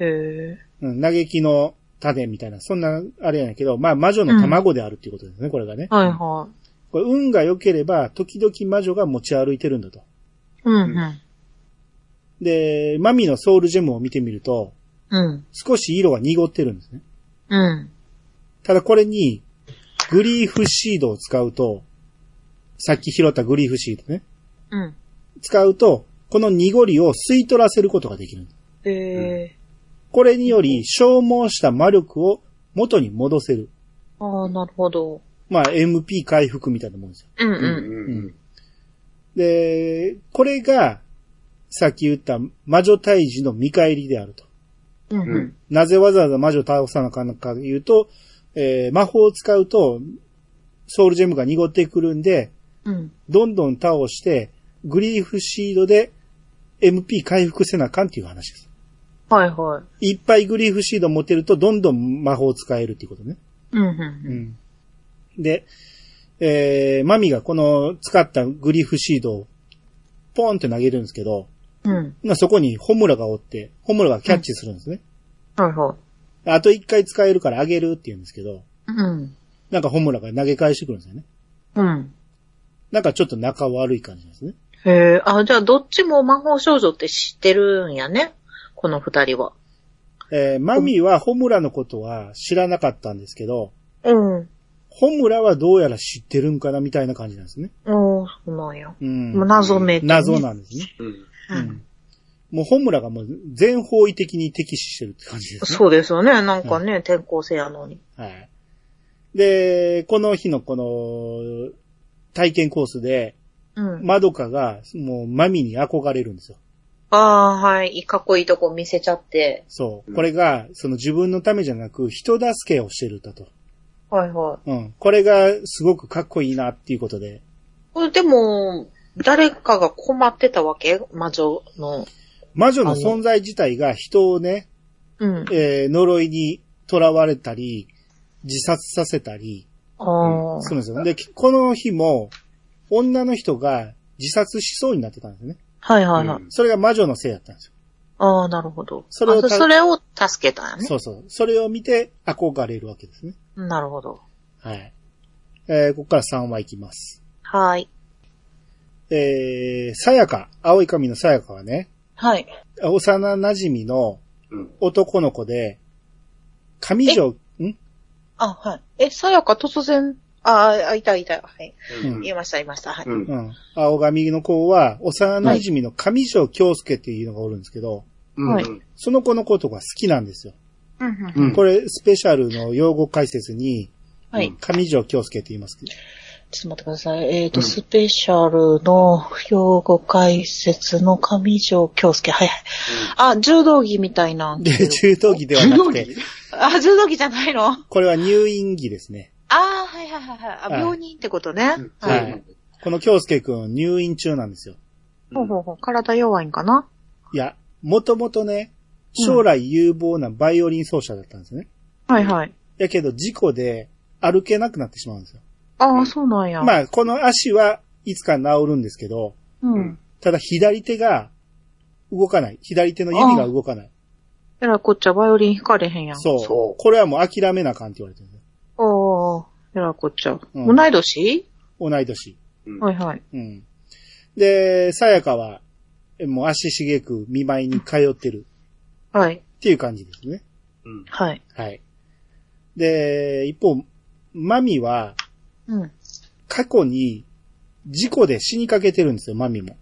え。うん、嘆きの種みたいな、そんな、あれやねんけど、まあ、魔女の卵であるっていうことですね、これがね。はいはこれ運が良ければ、時々魔女が持ち歩いてるんだと。い。うんうん。で、マミのソウルジェムを見てみると、うん。少し色が濁ってるんですね。うん。ただこれに、グリーフシードを使うと、さっき拾ったグリーフシードね。うん。使うと、この濁りを吸い取らせることができる。へえ。これにより、消耗した魔力を元に戻せる。ああ、なるほど。まあ、MP 回復みたいなもんですよ。ううんんううんで、これが、さっき言った魔女退治の見返りであると。ん。うんうん。なぜわざわざ魔女を倒さなあかんのかというと、えー魔法を使うと、ソウルジェムが濁ってくるんで、うん。どんどん倒して、グリーフシードで MP 回復せなあかんっていう話です。はいはい。いっぱいグリーフシード持てると、どんどん魔法を使えるっていうことね。うん、うん。で、えー、マミがこの使ったグリーフシードを、ポンって投げるんですけど、うん。まあそこにホムラがおって、ホムラがキャッチするんですね。はいはい。あと一回使えるからあげるって言うんですけど、うん。なんかホムラが投げ返してくるんですよね。うん。なんかちょっと仲悪い感じですね。へえ、あ、じゃあどっちも魔法少女って知ってるんやね。この二人は。えー、マミはホムラのことは知らなかったんですけど、うん。ホムラはどうやら知ってるんかなみたいな感じなんですね。おー、そうなんや。うん。もう謎めいて、ね。謎なんですね。うん。うんうん。もうホムラがもう全方位的に敵視してるって感じですね。そうですよね。なんかね、転校生やのに。はい。で、この日のこの、体験コースで、うん。マドカが、もう、マミに憧れるんですよ。ああ、はい。かっこいいとこ見せちゃって。そう。うんこれが、その自分のためじゃなく、人助けをしてるんだと。はいはうん。これが、すごくかっこいいなっていうことで。い。これでも、誰かが困ってたわけ魔女の。魔女の存在自体が人をね、うん。えー呪いに囚われたり、自殺させたり、ああ。するんですよ。で、この日も、女の人が自殺しそうになってたんですね。はいはいはい。うんそれが魔女のせいだったんですよ。ああ、なるほど。それをあそたそれを助けたんやね。そうそう。それを見て憧れるわけですね。なるほど。はい。えー、ここから3話いきます。はい。えー、さやか、青い髪のさやかはね、はい。幼馴染のうん。男の子で、上条、んあ、はい。え、さやか突然、ああ、いたいた。はい。うん言いました、言いました。はい。うん。うん。青髪の子は、幼馴染の上条京介っていうのがおるんですけど、うん。はいその子のことが好きなんですよ。うんううんん。これ、スペシャルの用語解説に、はい。上条京介って言いますけど、ちょっと待ってください。えっ、と、うんスペシャルの用語解説の上条京介。はいはい。あ、柔道着みたいな。 で、中等技では柔な道く着て、あ、柔道着じゃないのあこれは入院着ですね。あー、はいはいはいはい。あ、はい病人ってことね。ははいい。この京介くん入院中なんですよ。ほうほうほう。体弱いんかないや、もともとね、将来有望なバイオリン奏者だったんですね。はいはい。やけど事故で歩けなくなってしまうんですよ。ああ、そうなんや。まあ、この足はいつか治るんですけど、うん。ただ左手が動かない。左手の指が動かない。えらいこっちゃバイオリン弾かれへんやん。そうそうこれはもう諦めなあかんって言われてるんですよ。おー、えらいこっちゃ。うん同い年同い年。うんはいはい。うん。で、さやかは、えもう足しげく見舞いに通ってるはい。っていう感じですね。うん。はい。はい。で、一方、マミは、うん。過去に事故で死にかけてるんですよ、マミも。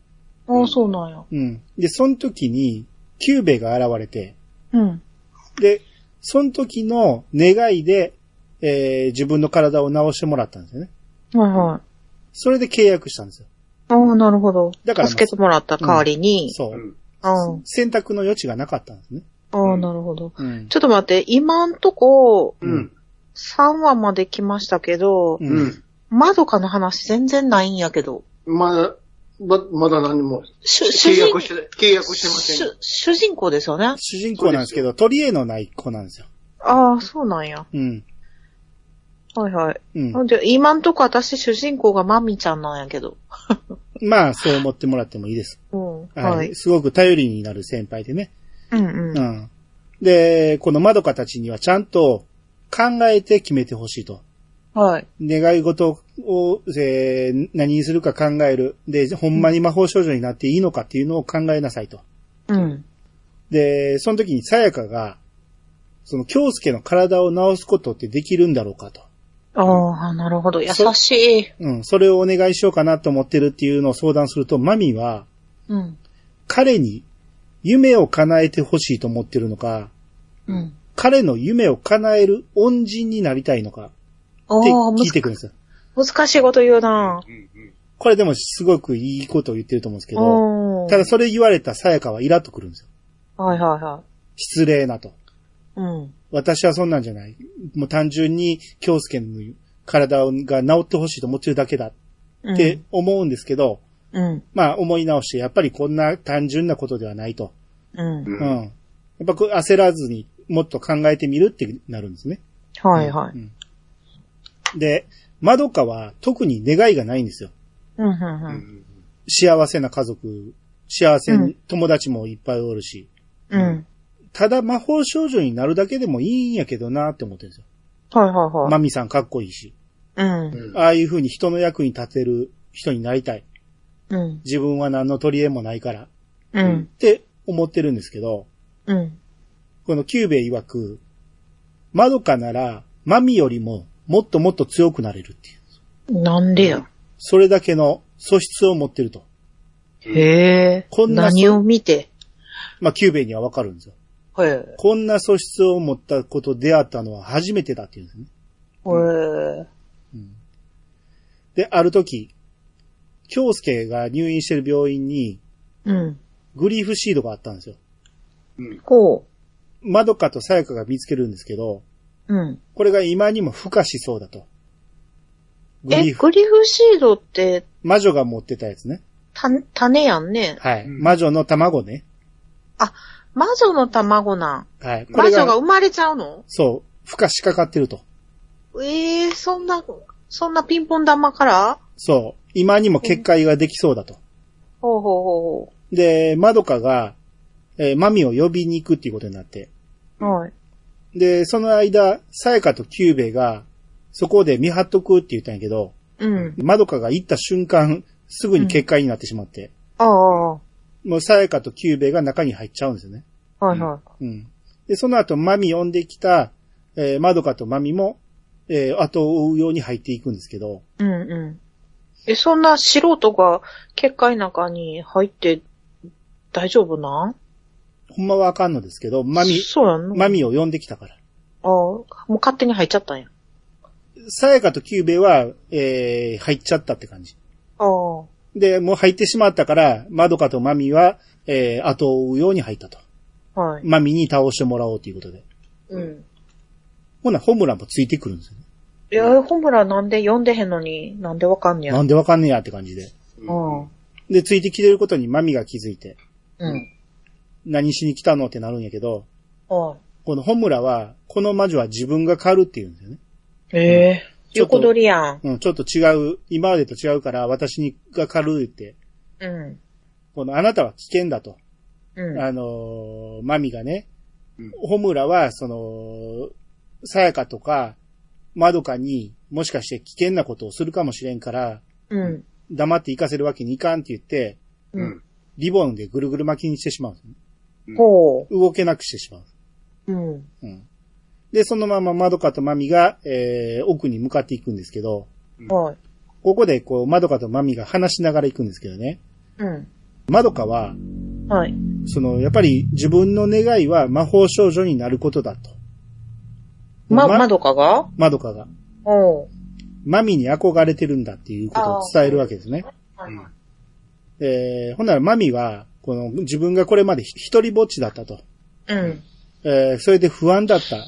ああ、そうなんや。うん。で、その時に、キューベが現れて、うん。で、その時の願いで、えー自分の体を治してもらったんですよね。はいはい。それで契約したんですよ。ああ、なるほど。だからまあ助けてもらった代わりに。そうう。ん。うん。選択の余地がなかったんですね。ああ、なるほど。うん。ちょっと待って、今んとこ、うん。 3話まで来ましたけど、う。うんん。まどかの話全然ないんやけど。まだ、ま、まだ何も。主主契人約して、契約してません。主主人公ですよね。主人公なんですけど、取り柄のない子なんですよ。ああ、そうなんや。うん。はいはい。うん。あじゃあ今んとこ私主人公がマミちゃんなんやけど。まあ、そう思ってもらってもいいです。うん。はい。はい。すごく頼りになる先輩でね。うんう。うんん。で、このまどかたちにはちゃんと考えて決めてほしいと。はい。願い事を、えー何にするか考える。で、ほんまに魔法少女になっていいのかっていうのを考えなさいと。うん。で、その時にさやかが、その京介の体を治すことってできるんだろうかと。ああ、なるほど。優そしい。うん、それをお願いしようかなと思ってるっていうのを相談すると、マミはうん。彼に夢を叶えてほしいと思ってるのか、うん。彼の夢を叶える恩人になりたいのかあってあ、む聞いずてくるんですよ。難しいこと言うなうんうんこれでもすごくいいことを言ってると思うんですけど、うん。ただそれ言われたさやかはイラっとくるんですよ。はいはいはい。失礼なと。うん。私はそんなんじゃない。もう単純に、京介の体が治ってほしいと思ってるだけだうんって、思うんですけど、うん。まあ思い直して、やっぱりこんな単純なことではないと。うん。うん。やっぱこう焦らずにもっと考えてみるってなるんですね。はいはい。で、まどかは特に願いがないんですよ。うん、うん、う。うんん幸せな家族、幸せうんに友達もいっぱいおるし。うん。ただ魔法少女になるだけでもいいんやけどなって思ってるんですよ。はいはいはい。マミさんかっこいいし。うん。うんああいう風に人の役に立てる人になりたい。うん。自分は何の取り柄もないから。うん。って思ってるんですけど、うん。このキューベイ曰く、まどかなら、マミよりももっともっと強くなれるっていう。なんでよ。それだけの素質を持ってると。へえ。こんな何を見て。まあ、キューベイにはわかるんですよ。へえ。こんな素質を持ったこと出会ったのは初めてだっていうんですね。へえ。で、ある時、京介が入院してる病院にうん。グリーフシードがあったんですよ。こまどかとさやかが見つけるんですけど、う。うん。これが今にも孵化しそうだと。グリえ、ーフ、グリフシードって、魔女が持ってたやつね。た、種やんね。はい。うん魔女の卵ね。魔女の卵なん。はい。こ魔れ女がが、生まれちゃうのそう、孵化しかかってると。ええそんな、そんなピンポン玉からそう。今にも結界ができそうだと。ほうほうほで、まどかが、えーマミを呼びに行くっていうことになって。うほう。はい。で、その間、さやかとキューベが、そこで見張っとくって言ったんやけど、うん。まどかが行った瞬間、すぐに結界になってしまって、ああ、はもうさやかとキューベが中に入っちゃうんですよね。いはうん。で、その後、マミ呼んできた、えー、まどかとマミも、えー、後を追うように入っていくんですけど、い。うんうん。え、そんな素人が結界の中に入って大丈夫なんほんまはあかんのですけど、マミ、そうやんのマミを呼んできたから。ああ、もう勝手に入っちゃったんや。さやかとキューベは、えー、入っちゃったって感じ。ああ。で、もう入ってしまったから、まどかとマミは、えー、後を追うように入ったと。はい。マミに倒してもらおうということで。うん。ほな、ホムランもついてくるんですよね。いや、ホムラなんで読んでへんのに、なんでわかんねや。なうんでわかんねやって感じで。ん。で、ついてきてることにマミが気づいて、うん。何しに来たのってなるんやけど、はい。このホムラは、この魔女は自分が狩るって言うんですよね。ええちょっと横取りやん。うん、ちょっと違う、今までと違うから私にが狩るって、うん。このあなたは危険だと。うん。あのーマミがねうん、ホムラは、その、さやかとか、まどかに、もしかして危険なことをするかもしれんから、うん。黙って行かせるわけにいかんって言って、うん。リボンでぐるぐる巻きにしてしまうんですね。ほ動けなくしてしまう。う。うん。うん。で、そのまままどかとマミが、えー、奥に向かっていくんですけど、はい。ここでこう、まどかとマミが話しながら行くんですけどね。うまどかは、ん。はい。その、やっぱり自分の願いは魔法少女になることだと。ま、まどかがまどかが、おう。マミに憧れてるんだっていうことを伝えるわけですね。はいはいえー、ほんならマミは、この、自分がこれまで一人ぼっちだったと。うん。えー、それで不安だった。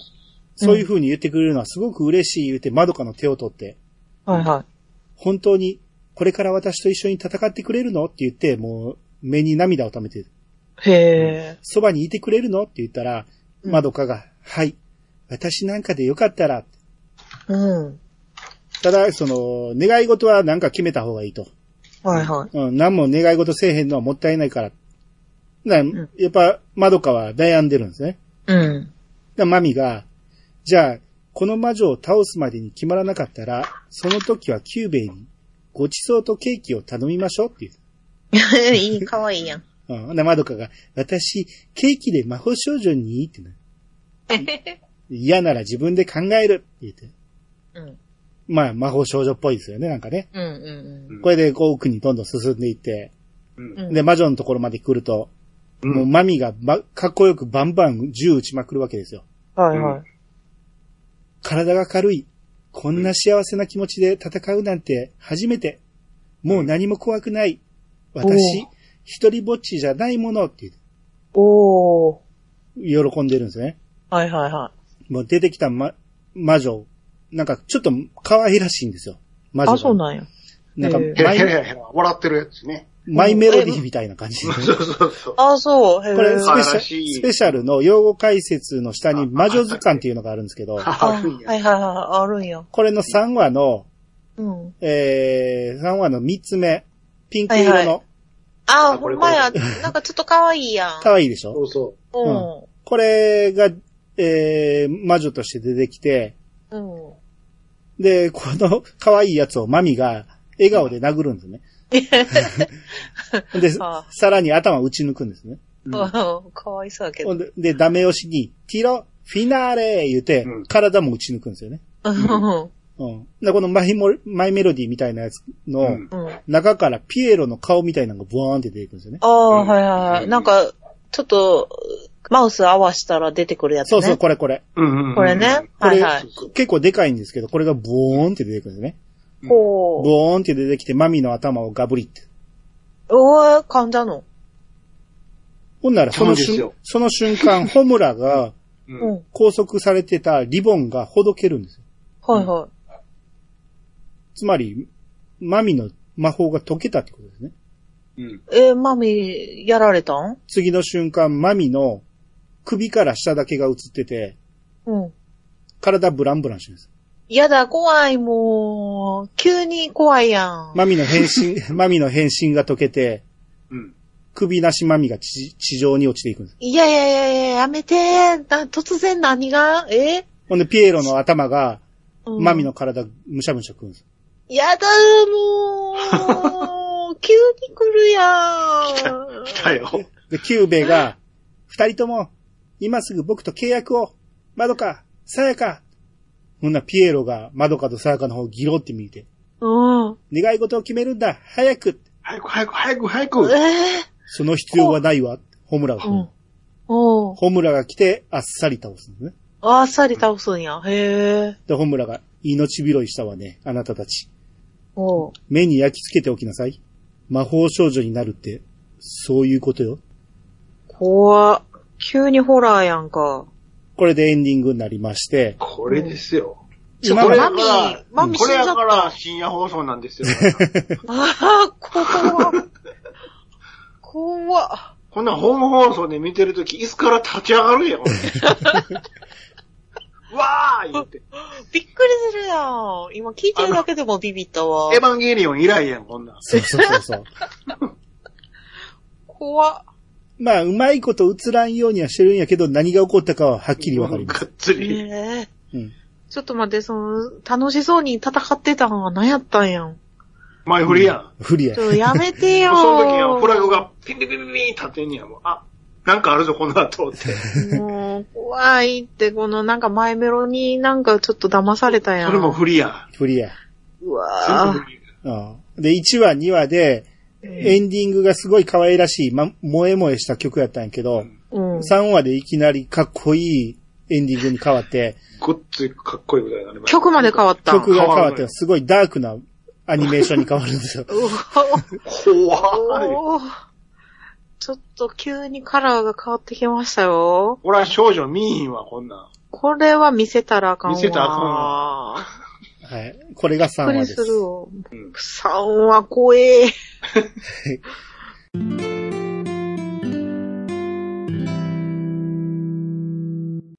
そういう風に言ってくれるのはすごく嬉しい言うて、まどかの手を取って、はいは本当に、これから私と一緒に戦ってくれるのって言って、もう、目に涙を溜めて、い。へえ。そばにいてくれるのって言ったら、うんまどかが、はい、私なんかでよかったら、うん。ただ、その、願い事はなんか決めた方がいいと。はいはい。うん、何も願い事せえへんのはもったいないから。な、んやっぱ、まどかは悩んでるんですね。うん。だマミが、じゃあ、この魔女を倒すまでに決まらなかったら、その時はキューベイに、ごちそうとケーキを頼みましょうっていう。 いい、かわいいやん。うん。な、まどかが、私、ケーキで魔法少女にいいってな。嫌なら自分で考えるって言って。うん。まあ、魔法少女っぽいですよね、なんかね。うんうんこれで、こう、奥にどんどん進んでいって、うんうん。で、魔女のところまで来ると、うんもうマミが、ま、かっこよくバンバン銃撃ちまくるわけですよ。はいはい。体が軽い。こんな幸せな気持ちで戦うなんて初めて。もう何も怖くない。お私う、一人ぼっちじゃないものっておー。喜んでるんですね。はいはいはもう出てきた、ま、魔女。なんか、ちょっと可愛らしいんですよ。魔女い。が。あ、そうなんや。なんかへヘマラヘライ、ヘラヘラ笑ってるやつね。マイメロディーみたいな感じで。そうそうそう。あ、そう。へこれスーペ可愛シらしャいスペシャルの用語解説の下に魔女図鑑っていうのがあるんですけど、あはあいるんはやいはい。あるんや。これの3話の、うん。えー、3話の3つ目、ピンク色の、はいはああー、こほれんまや。なんかちょっと可愛いやん。可愛いでしそょうそうん。これが、えー、魔女として出てきて、うん。で、この 可愛いやつをマミが笑顔で殴るんです ね。で、ああさらに頭打ち抜くんですね。う。うんうん可愛そうやけほどん。で、でダメ押しに、ティロ、フィナーレ言うてうん、体も打ち抜くんですよね。うん。うん。で、このマイモマイメロディーみたいなやつうのんうん。あ中からピエロの顔みたいなのがブワーンって出てくるんですよね。あー、はいはいはうい。んなんか、ちょっと、マウス合わしたら出てくるやつね。そうそう、これこれ。うんうんこれね。。こはれいはい。結構でかいんですけど、これがブーンって出てくるんですね。うブんこう。ーンって出てきて、マミの頭をガブリって。おー、噛んだの。ほんなら、そのそうです瞬よ、その瞬間、ホムラがうんうん。拘束されてたリボンがほどけるんですよ。はいはい。つまり、マミの魔法が解けたってことですね。うん。えー、マミ、やられたん次の瞬間、マミの首から下だけが映ってて、うん。体ブランブランしてるんです。やだ、怖い、もう。急に怖いやん。マミの変身、 マミの変身が解けて、うん。首なしマミが地地上に落ちていくんです。いやいやいやいや、やめてな、突然何がえほんで、ピエロの頭が、うんマミの。体、むしゃむしゃ食うんです。やだ、もう。急に来るやん。来たよ。で、キューベが、二人とも、今すぐ僕と契約を、マドカ、サヤカ。ほんならピエロが、マドカとサヤカの方をギロって見て、うん。願い事を決めるんだ、早く。早く早く早く早えく。その必要はないわ、ホムラがー、来うる。ん。うん。ホムラが来て、あっさり倒すんですね。あっさり倒すんや。へえ。で、ホムラが、命拾いしたわね、あなたたち。おう。目に焼き付けておきなさい。魔法少女になるって、そういうことよ。怖っ急にホラーやんか。これでエンディングになりまして、これですよ。ちょ今こまれでマミから、マミこ死んれじゃやったから深夜放送なんですよ。 ああ、怖っ怖っこんなん本放送で見てるとき、椅子から立ち上がる やん。わー言って。びっくりするやん。今聞いてるだけでもビビったわエ。ヴァンゲリオン以来やん、こんなん。そうそうそう そう。怖っまあ、うまいこと映らんようにはしてるんやけど、何が起こったかははっきりわかります。がっつり。ねえ。うん。ちょっと待って、その、楽しそうに戦ってたのは何やったんやん。前振りやん。不利やち。ょ、やめて よ。その時にはフラグがピンピンピンピンピン立ってんねやもう。あ、なんかあるぞ、この後って。もう、怖いって、このなんか前メロになんかちょっと騙されたやん。それも振りやん。不利や。う全わ部ぁ振。りうん。で、1話、2話で、エンディングがすごい可愛らしい、ま、萌え萌えした曲やったんやけど、うん。 3話でいきなりかっこいいエンディングに変わって、ごっついかっこいいことになりました。曲まで変わったん。曲が変わっ変わて、るすごいダークなアニメーションに変わるんですよ。うわぁ怖い。おーちょっと急にカラーが変わってきましたよ。俺は少女見いひんわ、こんなん。これは見せたらあかんわ。見せたらあかんはい。これが3び話っくでりすす。るわ。うん3は怖え。